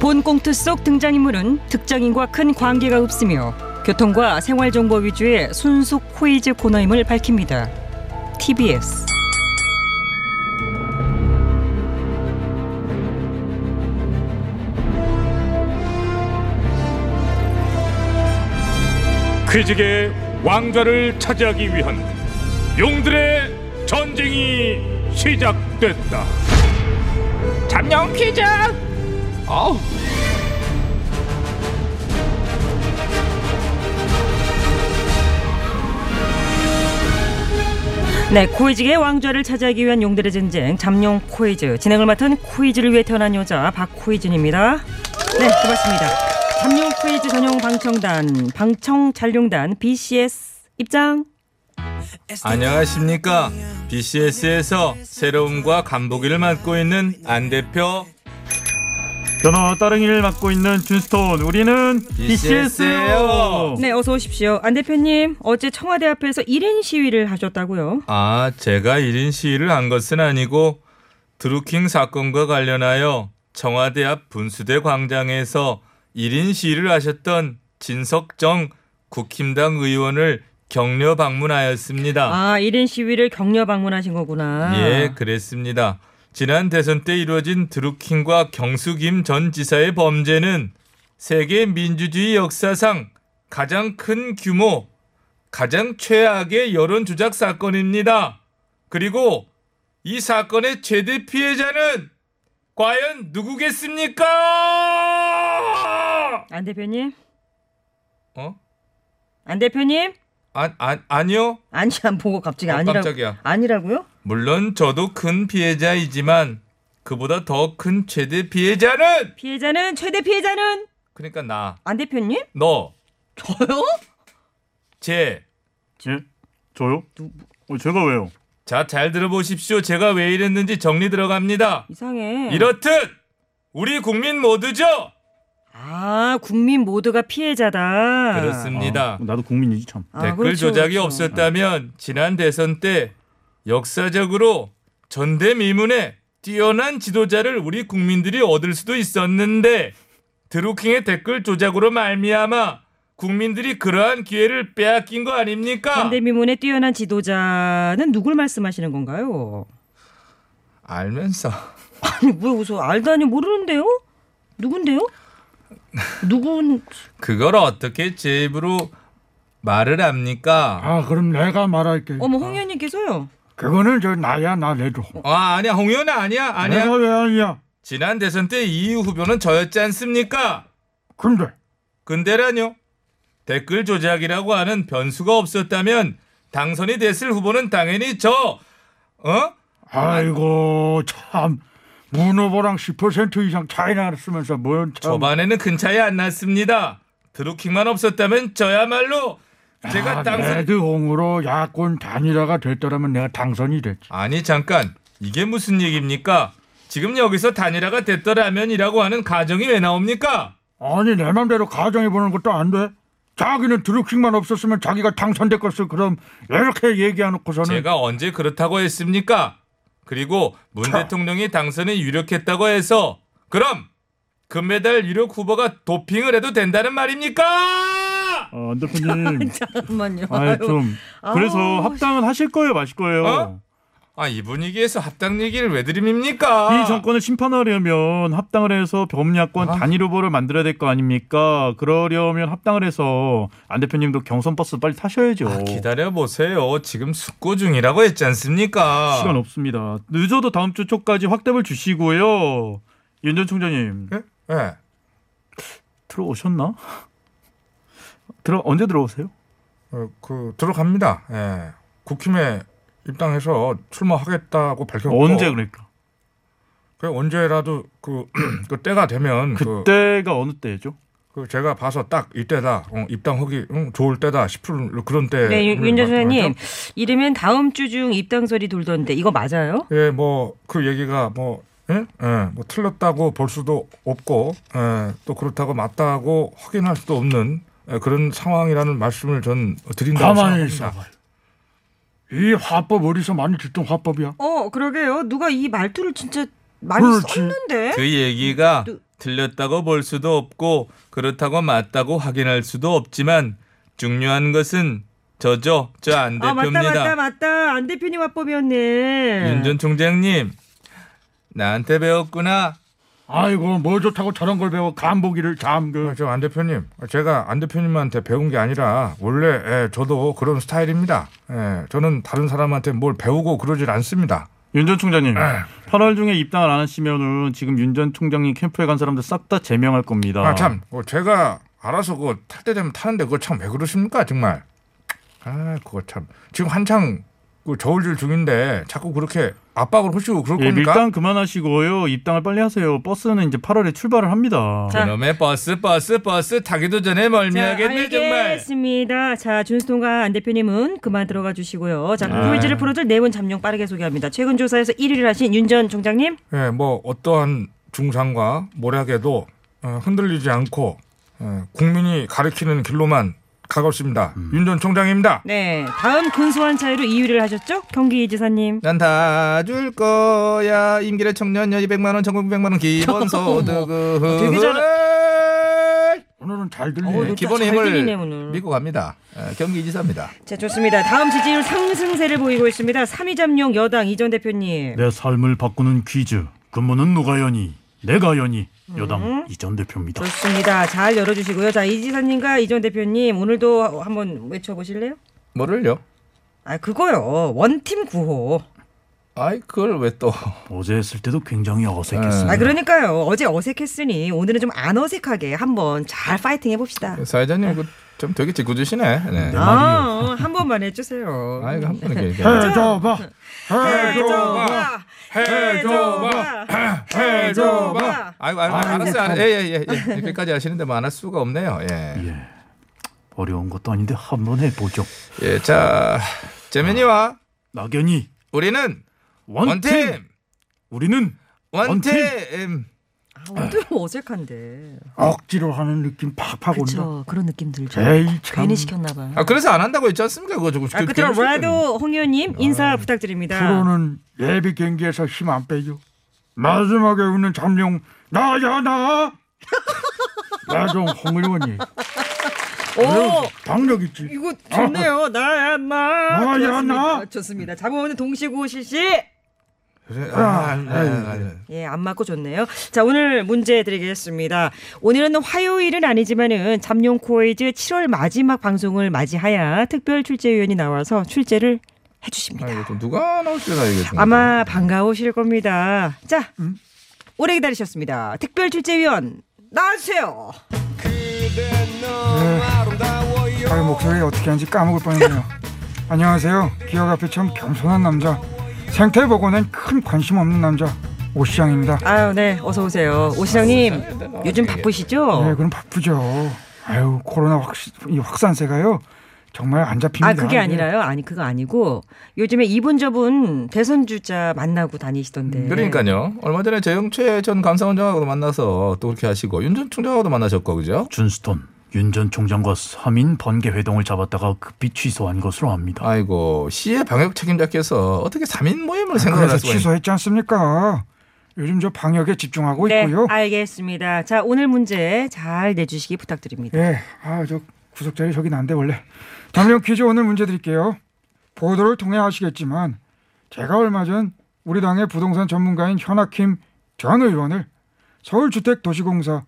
본 꽁트 속 등장인물은 특정인과 큰 관계가 없으며 교통과 생활 정보 위주의 순수 코이즈 코너임을 밝힙니다. TBS 퀴즈계의 왕좌를 차지하기 위한 용들의 전쟁이 시작됐다. 잠룡 퀴즈 어우 네, 코이즈의 왕좌를 차지하기 위한 용들의 전쟁 잠룡 코이즈 진행을 맡은 코이즈를 위해 태어난 여자 박코이즈입니다. 네, 고맙습니다. 잠룡 코이즈 전용 방청단 방청 잔룡단 BCS 입장. 안녕하십니까. BCS에서 새로움과 간보기를 맡고 있는 안 대표 변호 따릉이를 맡고 있는 준스톤 우리는 BCS예요. BCS예요. 네, 어서 오십시오. 안 대표님 어제 청와대 앞에서 1인 시위를 하셨다고요? 아, 제가 1인 시위를 한 것은 아니고 드루킹 사건과 관련하여 청와대 앞 분수대 광장에서 1인 시위를 하셨던 진석정 국힘당 의원을 격려 방문하였습니다. 아, 1인 시위를 격려 방문하신 거구나. 예, 그랬습니다. 지난 대선 때 이루어진 드루킹과 경수김 전 지사의 범죄는 세계 민주주의 역사상 가장 큰 규모, 가장 최악의 여론 조작 사건입니다. 그리고 이 사건의 최대 피해자는 과연 누구겠습니까? 안 대표님, 어? 안 대표님, 아, 아, 아니요. 아니 안 보고 갑자기 어, 아니라고 깜짝이야. 아니라고요? 물론 저도 큰 피해자이지만 그보다 더 큰 최대 피해자는 피해자는 최대 피해자는 그러니까 나. 안 대표님? 너, 저요? 제. 예? 저요? 어, 제가 왜요? 자, 잘 들어보십시오. 제가 왜 이랬는지 정리 들어갑니다. 이상해. 이렇듯, 우리 국민 모두죠? 아 국민 모두가 피해자다. 그렇습니다. 아, 나도 국민이지 참. 아, 댓글 그렇죠, 조작이 그렇죠. 없었다면, 지난 대선 때 역사적으로 전대미문의 뛰어난 지도자를 우리 국민들이 얻을 수도 있었는데, 드루킹의 댓글 조작으로 말미암아 국민들이 그러한 기회를 빼앗긴 거 아닙니까? 반대미문의 뛰어난 지도자는 누굴 말씀하시는 건가요? 알면서. 아니 왜 웃어? 알다니 모르는데요? 누군데요? 누군? 아, 그걸 어떻게 제 입으로 말을 합니까? 아 그럼 내가 말할게. 어머 홍현님께서요. 그거는 저 나야 나 내줘. 아 아니야 홍윤아 아니야 아니야 내가 왜 아니야? 지난 대선 때 이유 후보는 저였지 않습니까? 근데 근데라뇨 댓글 조작이라고 하는 변수가 없었다면 당선이 됐을 후보는 당연히 저 어? 아이고 참 문후보랑 10% 이상 차이 났으면서 뭔 참. 저번에는 큰 차이 안 났습니다 드루킹만 없었다면 저야말로 제가 아, 당선 레드홍으로 야권 단일화가 됐더라면 내가 당선이 됐지. 아니 잠깐 이게 무슨 얘기입니까? 지금 여기서 단일화가 됐더라면이라고 하는 가정이 왜 나옵니까? 아니 내 맘대로 가정해 보는 것도 안 돼. 자기는 드루킹만 없었으면 자기가 당선됐겠어. 그럼 이렇게 얘기해놓고서는 제가 언제 그렇다고 했습니까? 그리고 문 대통령이 당선에 유력했다고 해서 그럼 금메달 유력 후보가 도핑을 해도 된다는 말입니까? 아, 안 대표님. 잠깐만요. 아, 좀 그래서 아우, 합당은 하실 거예요, 마실 거예요. 어? 아 이 분위기에서 합당 얘기를 왜 드립니까? 이 정권을 심판하려면 합당을 해서 아. 범야권 단일 후보를 만들어야 될 거 아닙니까? 그러려면 합당을 해서 안 대표님도 경선 버스 빨리 타셔야죠. 아, 기다려 보세요. 지금 숙고 중이라고 했지 않습니까? 시간 없습니다. 늦어도 다음 주 초까지 확답을 주시고요. 윤 전 총장님 예? 예. 들어오셨나? 들어 언제 들어오세요? 어, 그 들어갑니다. 예. 국힘에 입당해서 출마하겠다고 밝혔고 언제 그러니까? 그 언제라도 그, 그 때가 되면 그, 그때가 어느 때죠? 그 제가 봐서 딱 이때다 어, 입당하기 응, 좋을 때다 싶을 그런 때. 음, 네, 음, 윤 전 소장님 이르면 다음 주 중 입당 소리 돌던데 이거 맞아요? 예, 뭐 그 얘기가 뭐 예? 예, 뭐 틀렸다고 볼 수도 없고 예, 또 그렇다고 맞다고 확인할 수도 없는 예, 그런 상황이라는 말씀을 전 드린다고 가만히 생각합니다. 있어봐. 이 화법 어디서 많이 듣던 화법이야? 어 그러게요. 누가 이 말투를 진짜 많이 그렇지. 썼는데 그 얘기가 또- 틀렸다고 볼 수도 없고 그렇다고 맞다고 확인할 수도 없지만 중요한 것은 저죠 저 안 아 맞다 맞다 대표입니다. 맞다 안 대표님 화법이었네. 윤 전 총장님 나한테 배웠구나. 아이고 뭐 좋다고 저런 걸 배워 간보기를 잠그. 어, 저 안 대표님, 제가 안 대표님한테 배운 게 아니라 원래 예, 저도 그런 스타일입니다. 예, 저는 다른 사람한테 뭘 배우고 그러질 않습니다. 윤 전 총장님, 8월 중에 입당을 안 하시면은 지금 윤 전 총장님 캠프에 간 사람들 싹 다 제명할 겁니다. 아 참, 어, 제가 알아서 그거 탈 때 되면 타는데 그거 참 왜 그러십니까 정말. 아 그거 참 지금 한창 그 저울질 중인데 자꾸 그렇게 압박을 하시고 그럴 예, 그러니까? 겁니까? 밀당 그만하시고요. 입당을 빨리 하세요. 버스는 이제 8월에 출발을 합니다. 자, 그놈의 버스 버스 버스 타기도 전에 멀미하겠네 정말. 알겠습니다. 자, 준수통과 안 대표님은 그만 들어가 주시고요. 자, 퀴즈를 풀어줄 네 분 잠룡 빠르게 소개합니다. 최근 조사에서 1위를 하신 윤 전 총장님. 예, 뭐 어떠한 중상과 모략에도 어, 흔들리지 않고 어, 국민이 가리키는 길로만 가겠습니다. 윤 전 총장입니다. 네. 다음 근소한 차이로 2위를 하셨죠? 경기지사님. 난 다 줄 거야 임기래 청년 연 200만 원 전국 100만 원 기본 소득 되게 잘 오늘은 잘 어우, 들리네. 노- 기본 잘 들리네, 힘을 오늘. 믿고 갑니다. 어, 경기 지사입니다. 자, 좋습니다. 다음 지지율 상승세를 보이고 있습니다. 3위 잠룡 여당 이전 대표님. 내 삶을 바꾸는 퀴즈. 근무는 누가 연이? 내가 연이. 여당 이전 대표입니다. 좋습니다. 잘 열어주시고요. 자, 이 지사님과 이전 대표님, 오늘도 한번 외쳐보실래요? 뭐를요? 아, 그거요. 원팀 구호. 아이 그걸 왜 또? 어제 했을 때도 굉장히 어색했습니다. 아, 그러니까요. 어제 어색했으니 오늘은 좀 안 어색하게 한번 잘 파이팅 해봅시다. 사회자님 이거 좀 되게 짓궂으시네. 음. 네. 아, 한 번만 해주세요. 아, 아 이거 한 번에 이렇게 얘기하네. 해줘봐. 해줘봐. 해줘봐. 해줘봐. 해줘봐. 아이고 아이고 알았어요. 예예예 예, 예. 이렇게까지 하시는데 뭐 안 할 수가 없네요. 예. 예. 어려운 것도 아닌데 한번 해보죠. 예, 자 재민이와 낙연이 우리는 원팀. 우리는 원팀! 원팀! 어떻게 어색한데. 억지로 하는 느낌 팍팍 온다. 그쵸. 그런 느낌 들죠. 에이 참. 괜히 시켰나봐. 아 그래서 안 한다고 했지 않습니까? 그거 조금 아, 끝으로 라도 홍현님 인사 부탁드립니다. 프로는 예비 경기에서 힘 안 빼죠. 마지막에 우는 잠룡 나야 나. 나좀 홍의원이 오, 박력 있지. 이거 좋네요. 나야 나. 어. 나야, 좋습니다. 나. 좋습니다. 잡아오는 동시구 실시. 아, 네, 예, 안 맞고 좋네요. 자, 오늘 문제 드리겠습니다. 오늘은 화요일은 아니지만은 잠룡 코이즈 7월 마지막 방송을 맞이하야 특별 출제위원이 나와서 출제를 해주십니다. 아, 누가 나올지나 이게 정말. 아마 반가우실 겁니다. 자, 음? 오래 기다리셨습니다. 특별 출제위원 나와주세요. 아유 목소리 어떻게 하는지 까먹을 뻔했네요. 안녕하세요. 기억 앞에 참 겸손한 남자. 생태 보고는 큰 관심 없는 남자 오시장입니다. 아유, 네, 어서 오세요. 오 시장님, 요즘 바쁘시죠? 네, 그럼 바쁘죠. 아유 코로나 확, 이 확산세가요 정말 안 잡힙니다. 아, 그게 네. 예. 아니라요. 아니, 그거 아니고 요즘에 이분 저분 대선 주자 만나고 다니시던데. 음, 그러니까요. 얼마 전에 재영채 전 감사원장하고도 만나서 또 그렇게 하시고 윤 전 총장하고도 만나셨고 그죠? 준스톤 윤 전 총장과 3인 번개 회동을 잡았다가 급히 취소한 것으로 압니다. 아이고 시의 방역 책임자께서 어떻게 3인 모임을 생각을 그래서 하시고 취소했지 않습니까? 요즘 저 방역에 집중하고 네, 있고요. 알겠습니다. 자, 오늘 문제 잘 내주시기 부탁드립니다. 네. 예, 아 저 구석자리 저기 난데 원래. 담력 퀴즈 오늘 문제 드릴게요. 보도를 통해 아시겠지만 제가 얼마 전 우리 당의 부동산 전문가인 현학킴 전 의원을 서울주택도시공사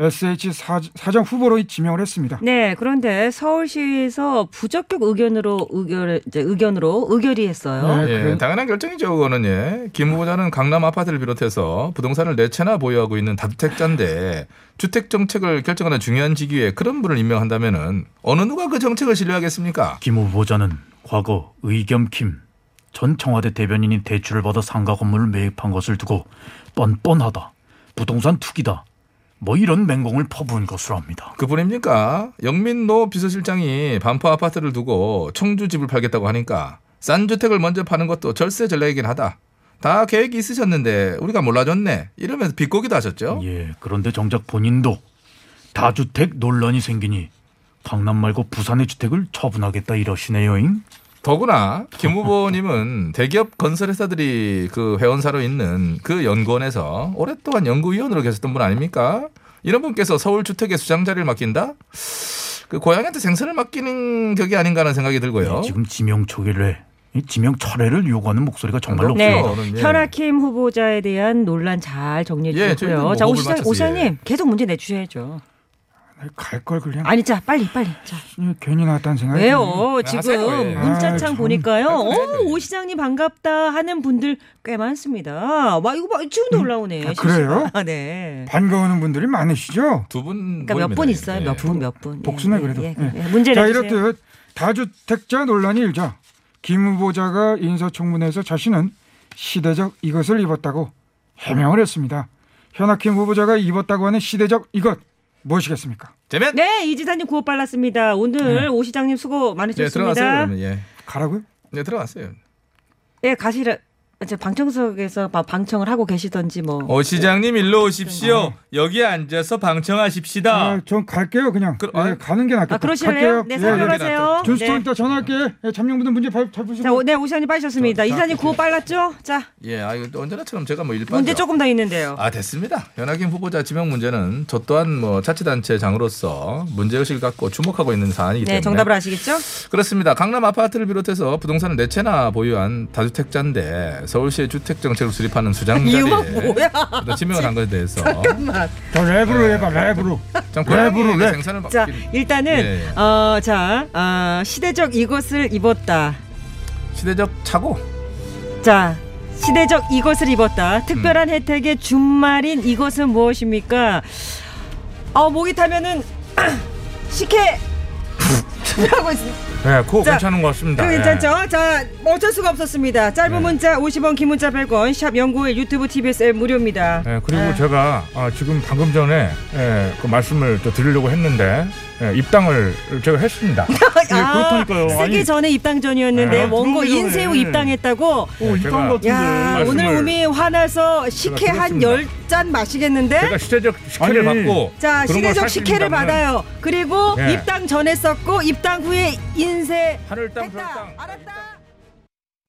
SH 사- 사장 후보로 지명을 했습니다. 네, 그런데 서울시에서 부적격 의견으로 의결 이제 의견으로 의결이했어요. 네, 예, 그래. 당연한 결정이죠, 그거는 예. 김 후보자는 강남 아파트를 비롯해서 부동산을 네 채나 보유하고 있는 다주택자인데 주택 정책을 결정하는 중요한 직위에 그런 분을 임명한다면은 어느 누가 그 정책을 신뢰하겠습니까? 김 후보자는 과거 의겸킴 전 청와대 대변인이 대출을 받아 상가 건물을 매입한 것을 두고 뻔뻔하다, 부동산 투기다, 뭐 이런 맹공을 퍼부은 것으로 합니다. 그뿐입니까? 영민노 비서실장이 반포 아파트를 두고 청주 집을 팔겠다고 하니까 싼 주택을 먼저 파는 것도 절세 전략이긴 하다. 다 계획이 있으셨는데 우리가 몰라줬네. 이러면서 비꼬기도 하셨죠. 예, 그런데 정작 본인도 다주택 논란이 생기니 강남 말고 부산의 주택을 처분하겠다 이러시네요잉. 더구나 김 후보님은 대기업 건설회사들이 그 회원사로 있는 그 연구원에서 오랫동안 연구위원으로 계셨던 분 아닙니까? 이런 분께서 서울 주택의 수장 자리를 맡긴다? 그 고양이한테 생선을 맡기는 격이 아닌가 하는 생각이 네, 들고요. 지금 지명 초기를 이 지명 철회를 요구하는 목소리가 정말 아, 높 그렇죠. 네, 요 저는, 예. 현아킴 후보자에 대한 논란 잘 정리해 예, 주셨고요. 저희도 뭐 자, 오 호흡을 시장, 맞춰서, 오 시장님 예. 계속 문제 내주셔야죠. 갈 걸 그냥 아니, 자, 빨리, 빨리. 자. 괜히 나왔다는 생각이 드네요. 왜요? 아, 하세요, 어, 지금 예. 아, 문자창 참. 보니까요. 아, 그래요, 어, 예. 오 시장님 반갑다 하는 분들 꽤 많습니다. 와, 이거 봐. 지금도 올라오네. 아, 그래요? 아, 네. 반가우는 분들이 많으시죠? 두 분 그러니까 몇 분 있어요? 몇 분? 분, 몇 분. 예, 복수네, 예, 그래도. 예, 예. 예. 문제 자 내주세요. 이렇듯 다주택자 논란이 일자 김 후보자가 인사청문회에서 자신은 시대적 이것을 입었다고 해명을 했습니다. 현악김 후보자가 입었다고 하는 시대적 이것 무엇이겠습니까? 재면? 네, 이지사님 구호 빨랐습니다. 오늘 오 시장님 수고 예, 들어가세요. 많으셨습니다. 그러면 예. 가라고요? 네, 들어가세요. 예, 가시라. 제 방청석에서 막 방청을 하고 계시던지 뭐. 오 어, 시장님 일로 오십시오. 네. 여기 앉아서 방청하십시다. 아, 전 갈게요 그냥. 그럼, 예, 아니. 가는 게 낫겠다. 아, 그러실래요? 네, 예, 사로 예. 가세요. 준수통 네. 이따 전화할게. 예, 잠룡분들 문제 잘, 잘 자, 보시고. 오- 네, 오시장님 빠지셨습니다. 이사님 구호 빨랐죠? 자, 예, 아 이거 또 언제나처럼 제가 뭐 일반 문제 조금 더 있는데요. 아 됐습니다. 연하김 후보자 지명 문제는 저 또한 뭐 자치단체 장으로서 문제 의식을 갖고 주목하고 있는 사안이기 때문에 네, 정답을 아시겠죠? 그렇습니다. 강남 아파트를 비롯해서 부동산을 네 채나 보유한 다주택자인데 서울시의 주택 정책을 수립하는 수장자리 이유가 뭐야? 지명을 한 것에 대해서 더 랩으로 해봐 랩으로. 참 랩으로, 고양이에게 랩. 생산을 맡긴 자, 음. 일단은 예, 예. 어, 자, 아, 시대적 이것을 입었다. 시대적 착오 자, 시대적 이것을 입었다. 특별한 음. 혜택의 준말인 이것은 무엇입니까? 아, 목이 타면은 식혜 하고 있습니다. 네, 그거 자, 괜찮은 것 같습니다. 그 예. 네. 괜찮죠? 자, 어쩔 수가 없었습니다. 짧은 문자 50원, 긴 문자 100원, 샵 연구일 유튜브 TBS 앱 무료입니다. 예, 그리고 아. 제가 아, 지금 방금 전에 예, 그 말씀을 또 드리려고 했는데 예, 입당을 제가 했습니다. 예, 그렇다니까요. 쓰기 아니, 전에 입당 전이었는데 네, 원고 들어오기 전에. 인쇄후 입당했다고. 오, 입당 같은 야, 말씀을- 오늘 우미 화나서 식혜 제가 한 들었습니다. 열 잔 마시겠는데? 제가 시대적 식혜를 아니, 받고 자, 그런 걸 시대적 식혜를 사십니다면 받아요. 그리고 예. 입당 전에 썼고 입당 후에 인쇄 하늘 땅, 별 했다. 땅. 알았다.